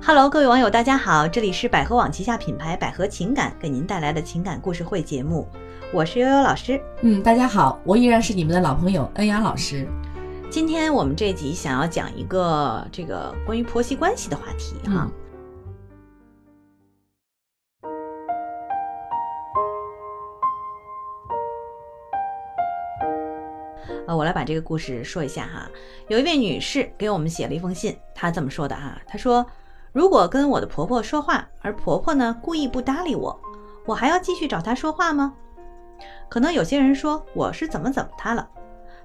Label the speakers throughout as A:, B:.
A: Hello，各位网友，大家好，这里是百合网旗下品牌百合情感给您带来的情感故事会节目，我是悠悠老师。
B: 嗯，大家好，我依然是你们的老朋友恩雅老师。
A: 今天我们这集想要讲一个这个关于婆媳关系的话题哈、
B: 嗯
A: 呃，我来把这个故事说一下哈。有一位女士给我们写了一封信，她这么说的哈，她说：“如果跟我的婆婆说话，而婆婆呢故意不搭理我，我还要继续找她说话吗？”可能有些人说我是怎么怎么她了，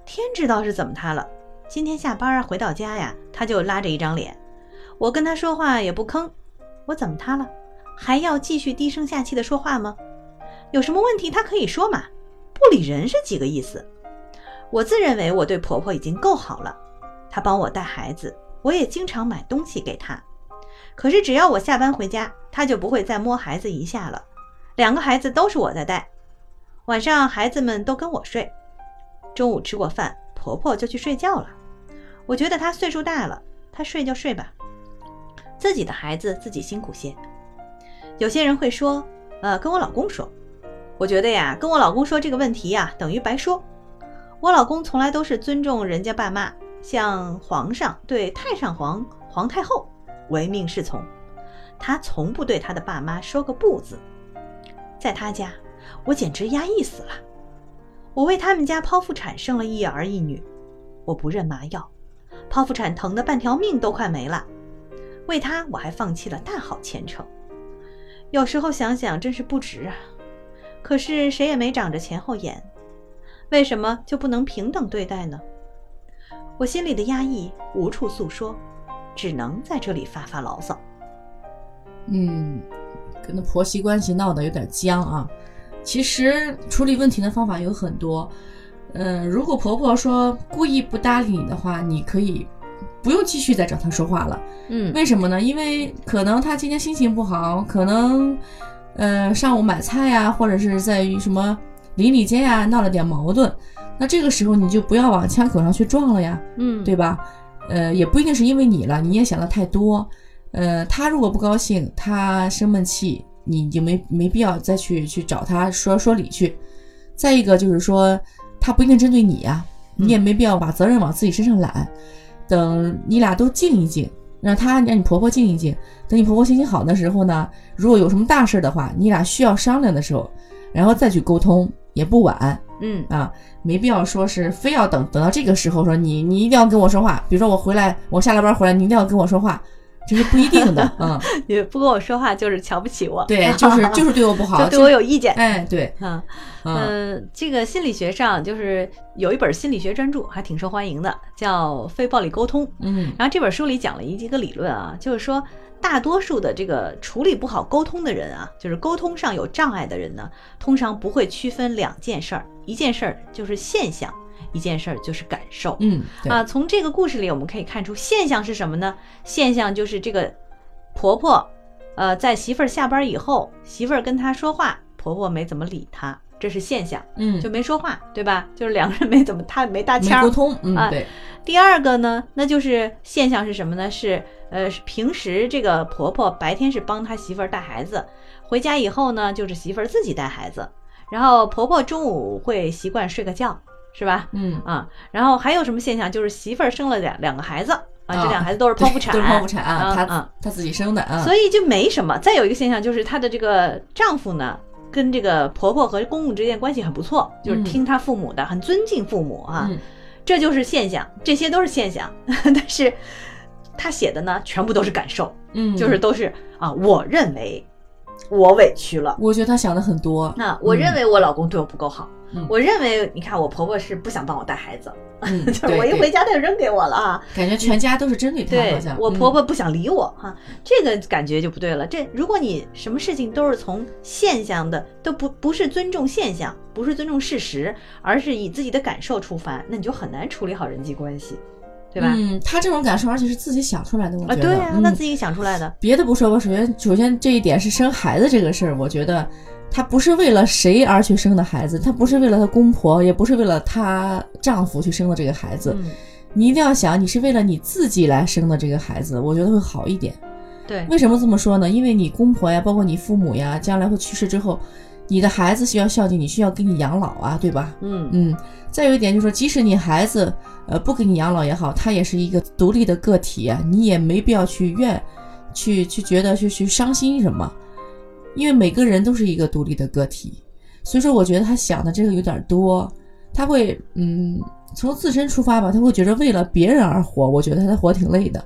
A: 天知道是怎么她了。今天下班啊回到家呀，她就拉着一张脸，我跟她说话也不吭，我怎么她了？还要继续低声下气的说话吗？有什么问题她可以说嘛，不理人是几个意思？我自认为我对婆婆已经够好了，她帮我带孩子，我也经常买东西给她。可是只要我下班回家，她就不会再摸孩子一下了。两个孩子都是我在带，晚上孩子们都跟我睡。中午吃过饭，婆婆就去睡觉了。我觉得她岁数大了，她睡就睡吧，自己的孩子自己辛苦些。有些人会说，呃，跟我老公说。我觉得呀，跟我老公说这个问题呀，等于白说。我老公从来都是尊重人家爸妈，像皇上对太上皇、皇太后唯命是从，他从不对他的爸妈说个不字。在他家，我简直压抑死了。我为他们家剖腹产生了一儿一女，我不认麻药，剖腹产疼得半条命都快没了。为他，我还放弃了大好前程。有时候想想，真是不值啊。可是谁也没长着前后眼，为什么就不能平等对待呢？我心里的压抑无处诉说，只能在这里发发牢骚。
B: 嗯，跟那婆媳关系闹得有点僵啊。其实处理问题的方法有很多。嗯，如果婆婆说故意不搭理你的话，你可以不用继续再找她说话了。
A: 嗯
B: 为什么呢？因为可能她今天心情不好，可能呃上午买菜呀、或者是在于什么邻里间呀、闹了点矛盾，那这个时候你就不要往枪口上去撞了呀。
A: 嗯
B: 对吧？呃，也不一定是因为你了，你也想的太多。呃，他如果不高兴，他生闷气，你就没没必要再去去找他说说理去。再一个就是说，他不一定针对你呀、你也没必要把责任往自己身上揽。等你俩都静一静，让他让你婆婆静一静。等你婆婆心情好的时候呢，如果有什么大事的话，你俩需要商量的时候，然后再去沟通，也不晚。
A: 嗯
B: 啊，没必要说是非要等等到这个时候说你你一定要跟我说话。比如说我回来，我下了班回来，你一定要跟我说话，这是不一 定的。嗯，
A: 你不跟我说话就是瞧不起我，
B: 对， 就是就是对我不好，
A: 就对我有意见。
B: 哎，对，
A: 啊，
B: 嗯
A: 呃，这个心理学上就是有一本心理学专著，还挺受欢迎的，叫《非暴力沟通》。
B: 嗯
A: 然后这本书里讲了一一个理论啊，就是说大多数的这个处理不好沟通的人啊，就是沟通上有障碍的人呢，通常不会区分两件事儿，一件事儿就是现象，一件事儿就是感受。
B: 嗯，对，
A: 啊，从这个故事里我们可以看出，现象是什么呢？现象就是这个婆婆，呃，在媳妇儿下班以后，媳妇儿跟她说话，婆婆没怎么理她，这是现象，
B: 嗯，
A: 就没说话，对吧？就是两个人没怎么搭没搭
B: 没
A: 腔
B: 沟
A: 儿。
B: 通，嗯，
A: 啊
B: 对，
A: 第二个呢，那就是现象是什么呢？是呃，是平时这个婆婆白天是帮她媳妇儿带孩子，回家以后呢，就是媳妇儿自己带孩子，然后婆婆中午会习惯睡个觉，是吧？
B: 嗯，
A: 啊，然后还有什么现象？就是媳妇儿生了两两个孩子啊，这
B: 啊
A: 两个孩子都是剖腹产，
B: 对都是剖腹产，
A: 啊
B: 他
A: 啊
B: 他自己生的啊，
A: 所以就没什么。再有一个现象就是她的这个丈夫呢，跟这个婆婆和公公之间关系很不错，就是
B: 嗯
A: 听她父母的，很尊敬父母啊，
B: 嗯
A: 这就是现象，这些都是现象。 但是她写的呢，全部都是感受，
B: 嗯，
A: 就是都是啊，我认为我委屈了。
B: 我觉得他想的 很多，
A: 那我认
B: 嗯
A: 为我老公对我不够好，
B: 嗯
A: 我认为你看我婆婆是不想帮我带孩子，
B: 嗯，
A: 就是我一
B: 对
A: 回，家她就扔给我了啊。
B: 对感觉全家都是针 对他，
A: 对
B: 好像
A: 我
B: 嗯
A: 婆婆不想理我哈、这个感觉就不对了。这如果你什么事情都是从现象的，都不不是尊重现象，不是尊重事实，而是以自己的感受出发，那你就很难处理好人际关系，对吧？
B: 嗯，他这种感受，而且是自己想出来的，我
A: 啊，
B: 觉得，
A: 对啊，
B: 嗯
A: 那自己想出来的。
B: 别的不说吧，首先首先这一点是生孩子这个事儿，我觉得她不是为了谁而去生的孩子，她不是为了她公婆，也不是为了她丈夫去生的这个孩子。
A: 嗯
B: 你一定要想，你是为了你自己来生的这个孩子，我觉得会好一点。
A: 对，
B: 为什么这么说呢？因为你公婆呀，包括你父母呀，将来会去世之后，你的孩子需要孝敬你，需要给你养老啊，对吧？
A: 嗯
B: 嗯，再有一点就是说，即使你孩子呃不给你养老也好，他也是一个独立的个体啊，你也没必要去怨，去去觉得去去伤心什么，因为每个人都是一个独立的个体，所以说我觉得他想的这个有点多，他会嗯从自身出发吧，他会觉得为了别人而活，我觉得他活挺累的，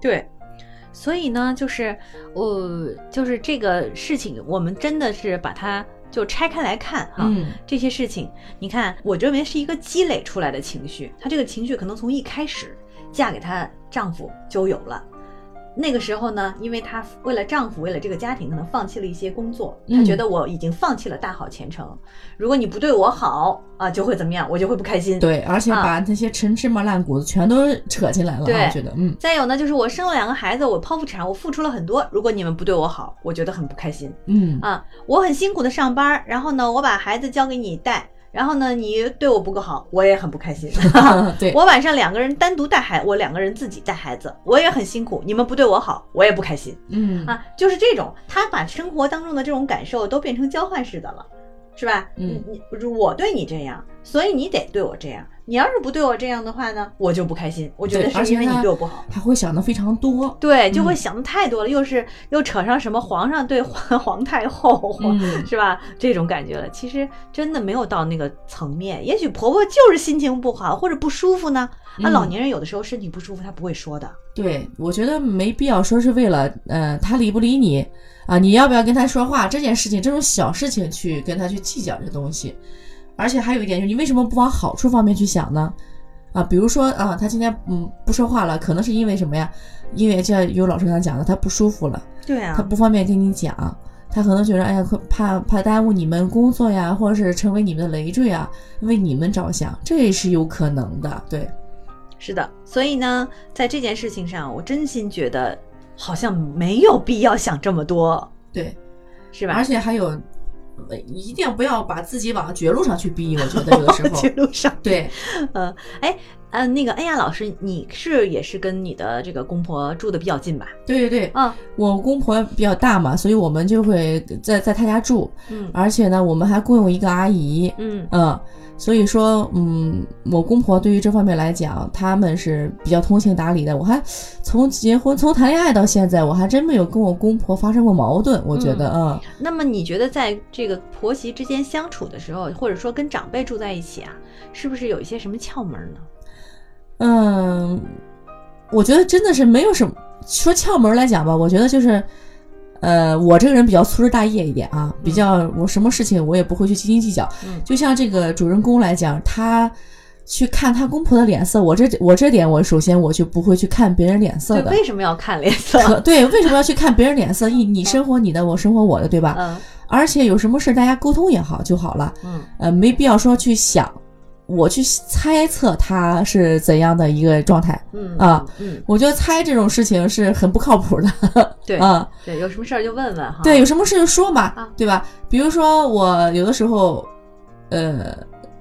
A: 对。所以呢，就是我、呃就是这个事情，我们真的是把它就拆开来看哈、
B: 啊
A: 这些事情，你看，我认为是一个积累出来的情绪。她这个情绪可能从一开始嫁给她丈夫就有了。那个时候呢，因为她为了丈夫，为了这个家庭，可能放弃了一些工作。她
B: 嗯
A: 觉得我已经放弃了大好前程，如果你不对我好啊，就会怎么样，我就会不开心。
B: 对，而且把那些陈芝麻烂谷子全都扯进来了啊，
A: 啊对
B: 我觉得嗯
A: 再有呢，就是我生了两个孩子，我剖腹产，我付出了很多。如果你们不对我好，我觉得很不开心。
B: 嗯
A: 啊，我很辛苦的上班，然后呢，我把孩子交给你带，然后呢，你对我不够好，我也很不开心。
B: 对，
A: 我晚上两个人单独带孩，我两个人自己带孩子，我也很辛苦。你们不对我好，我也不开心
B: 嗯
A: 啊，就是这种，他把生活当中的这种感受都变成交换式的了，是吧？
B: 嗯
A: 你，你我对你这样，所以你得对我这样。你要是不对我这样的话呢，我就不开心。我觉得
B: 对而
A: 是
B: 且
A: 因为你
B: 他
A: 对我不好。
B: 还会想的非常多。
A: 对，就会
B: 嗯
A: 想的太多了，又是又扯上什么皇上对 皇皇太后，皇
B: 嗯
A: 是吧？这种感觉了。其实真的没有到那个层面，也许婆婆就是心情不好或者不舒服呢。啊，
B: 嗯
A: 老年人有的时候身体不舒服，她不会说的。
B: 对，我觉得没必要说是为了，呃，他理不理你啊，你要不要跟他说话这件事情，这种小事情去跟他去计较这东西。而且还有一点就是，你为什么不往好处方面去想呢？啊，比如说啊，他今天嗯不说话了，可能是因为什么呀？因为像有老师刚才讲的，他不舒服了。
A: 对啊
B: 他不方便跟你讲，他可能觉得哎呀，可怕怕耽误你们工作呀，或者是成为你们的累赘啊，为你们着想，这也是有可能的。对，
A: 是的。所以呢，在这件事情上，我真心觉得好像没有必要想这么多，
B: 对，
A: 是
B: 而
A: 吧？
B: 且还有，呃一定不要把自己往绝路上去 逼，我觉得有 的时候
A: 去，路上，
B: 对，
A: 嗯，哎，呃，那个恩雅老师，你是也是跟你的这个公婆住的比较近吧？
B: 对对对，
A: 嗯
B: 我公婆比较大嘛，所以我们就会在在他家住，
A: 嗯
B: 而且呢，我们还雇佣一个阿姨，
A: 嗯
B: 嗯，所以说，嗯，我公婆对于这方面来讲，他们是比较通情达理的。我还从结婚、从谈恋爱到现在，我还真没有跟我公婆发生过矛盾。我觉得，嗯，
A: 那么你觉得在这个婆媳之间相处的时候，或者说跟长辈住在一起啊，是不是有一些什么窍门呢？
B: 嗯，我觉得真的是没有什么说窍门来讲吧，我觉得就是，呃，我这个人比较粗枝大叶一点啊，比较我什么事情我也不会去斤斤计较。
A: 嗯
B: 就像这个主人公来讲，他。去看他公婆的脸色，我这我这点我首先我就不会去看别人脸色
A: 对，
B: 的。
A: 为什么要看脸 色？
B: 可对，为什么要去看别人脸色？你你生活你的，我生活我的，对吧？
A: 嗯
B: 而且有什么事大家沟通也好就好了，
A: 嗯
B: 呃，没必要说去想，我去猜测他是怎样的一个状态。
A: 嗯
B: 啊
A: 嗯，
B: 我觉得猜这种事情是很不靠谱的。
A: 对
B: 啊，
A: 对，有什么事儿就问问哈。
B: 对，有什么事就说嘛
A: 啊，
B: 对吧？比如说我有的时候，呃，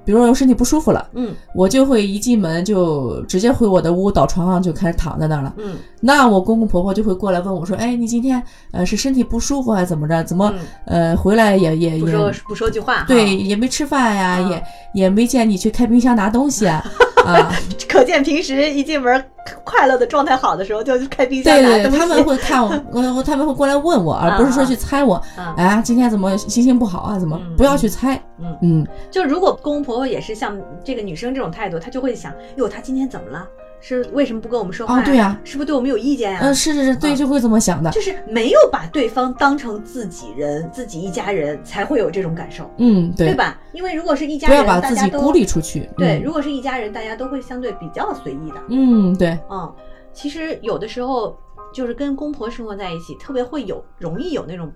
B: 比如说我身体不舒服了，
A: 嗯
B: 我就会一进门就直接回我的屋，倒床上就开始躺在那儿了。
A: 嗯
B: 那我公公婆婆就会过来问我说：“哎，你今天呃是身体不舒服还是怎么着？怎么
A: 嗯，
B: 呃回来也也
A: 不
B: 也
A: 说不说句话哈。
B: 对，也没吃饭呀、
A: 啊
B: 也也没见你去开冰箱拿东 西啊啊！
A: 可见平时一进门快乐的状态好的时候，就开冰箱
B: 对
A: 拿
B: 对
A: 东
B: 对，
A: 西。
B: 他们会 看我，呃他们会过来问我，而不是说去猜我
A: 啊
B: 哎呀，今天怎么心情不好啊？怎么
A: 嗯
B: 不要去猜？
A: 嗯，
B: 嗯，
A: 就如果公公婆婆也是像这个女生这种态度，她就会想，哟，她今天怎么了？是为什么不跟我们说话、
B: 哦对呀
A: 是不是对我们有意见呀、
B: 呃，是是是，
A: 啊
B: 对，就会这么想的。
A: 就是没有把对方当成自己人、自己一家人，才会有这种感受，
B: 嗯，
A: 对
B: 对，
A: 吧？因为如果是一家
B: 不
A: 人，
B: 要把自
A: 大
B: 己
A: 家都
B: 孤立出去。
A: 对，
B: 嗯
A: 如果是一家人，大家都会相对比较随意的。
B: 嗯，对，
A: 嗯，其实有的时候就是跟公婆生活在一起，特别会有容易有那种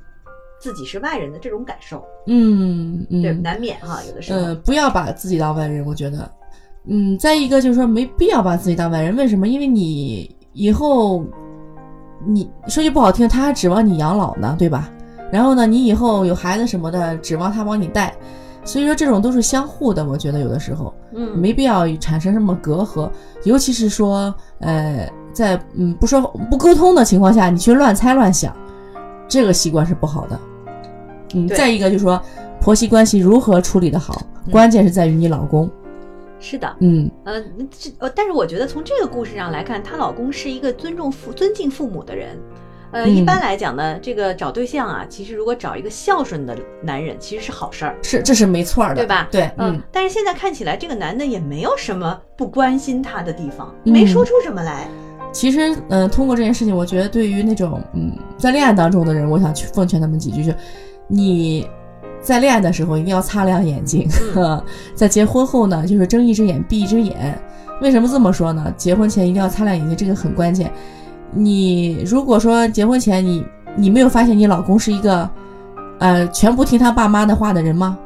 A: 自己是外人的这种感受，
B: 嗯
A: 对，
B: 嗯，
A: 难免哈，有的时候。
B: 呃，不要把自己当外人，我觉得，嗯，再一个就是说没必要把自己当外人，为什么？因为你以后，你说句不好听，他还指望你养老呢，对吧？然后呢，你以后有孩子什么的，指望他帮你带，所以说这种都是相互的，我觉得有的时候
A: 嗯，
B: 没必要产生什么隔阂，尤其是说，呃，在嗯不说不沟通的情况下，你去乱猜乱想，这个习惯是不好的。嗯，
A: 对
B: 再一个就是说，婆媳关系如何处理的好，
A: 嗯
B: 关键是在于你老公。
A: 是的，
B: 嗯，
A: 呃，这呃，但是我觉得从这个故事上来看，她老公是一个尊重父、尊敬父母的人。呃，一
B: 嗯
A: 般来讲呢，这个找对象啊，其实如果找一个孝顺的男人，其实是好事儿。
B: 是这是没错儿的，
A: 对吧
B: 对，
A: 嗯
B: 嗯，，
A: 但是现在看起来，这个男的也没有什么不关心她的地方，
B: 嗯
A: 没说出什么来。
B: 其实，嗯、通过这件事情，我觉得对于那种嗯在恋爱当中的人，我想去奉劝他们几句，就是你在恋爱的时候一定要擦亮眼睛， 在结婚后呢，就是睁一只眼闭一只眼。为什么这么说呢？结婚前一定要擦亮眼睛，这个很关键。你如果说结婚前你你没有发现你老公是一个，呃，全部听他爸妈的话的人吗？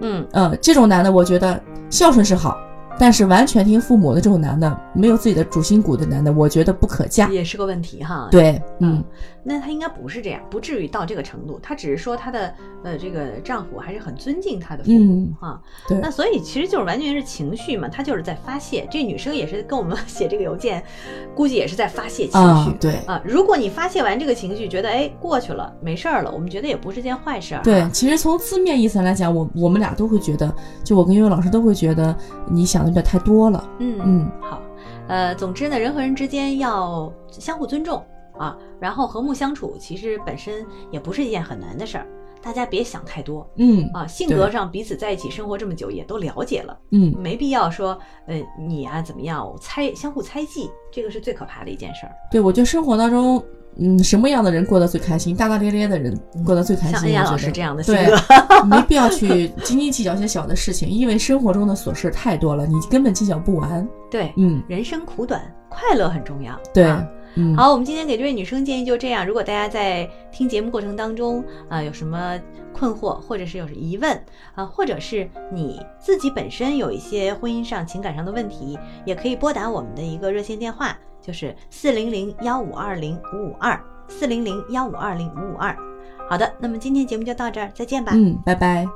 A: 嗯，
B: 呃，这种男的，我觉得孝顺是好，但是完全听父母的这种男的，没有自己的主心骨的男的，我觉得不可嫁。
A: 也是个问题哈。，
B: 对，嗯，
A: 那她应该不是这样，不至于到这个程度。她只是说她的呃这个丈夫还是很尊敬她的父母
B: 嗯
A: 哈。
B: 对
A: 那所以其实就是完全是情绪嘛，她就是在发泄。这女生也是跟我们 写这个邮件，估计也是在发泄情
B: 啊
A: 绪。，
B: 对，
A: 啊，如果你发泄完这个情绪，觉得哎过去了，没事儿了，我们觉得也不是件坏事儿。啊
B: 对，，其实从字面意思上来讲，我我们俩都会觉得，就我跟悠悠老师都会觉得你想的有点太多了。
A: 嗯
B: 嗯，
A: 好，呃，总之呢，人和人之间要相互尊重啊，然后和睦相处，其实本身也不是一件很难的事儿，大家别想太多
B: 嗯
A: 啊。性
B: 对
A: 格上彼此在一起生活这么久，也都了解了，
B: 嗯，
A: 没必要说，呃，你啊怎么样，我猜相互猜忌，这个是最可怕的一件事儿。
B: 对，我觉得生活当中，嗯，什么样的人过得最开心？大大咧咧的人过得最开
A: 像
B: 心。
A: 恩雅
B: 我
A: 老
B: 觉
A: 师
B: 得
A: 这样的性
B: 对
A: 格，，
B: 没必要去斤斤计较一些小的事情，因为生活中的琐事太多了，你根本计较不完。
A: 对，
B: 嗯，
A: 人生苦短，快乐很重要。
B: 对
A: 啊，
B: 嗯，
A: 好，我们今天给这位女生建议就这样。如果大家在听节目过程当中啊、有什么困惑，或者是有疑问啊、或者是你自己本身有一些婚姻上、情感上的问题，也可以拨打我们的一个热线电话，就是四零零幺五二零五五二四零零幺五二零五五二。好的，那么今天节目就到这儿，再见吧。
B: 嗯，拜拜。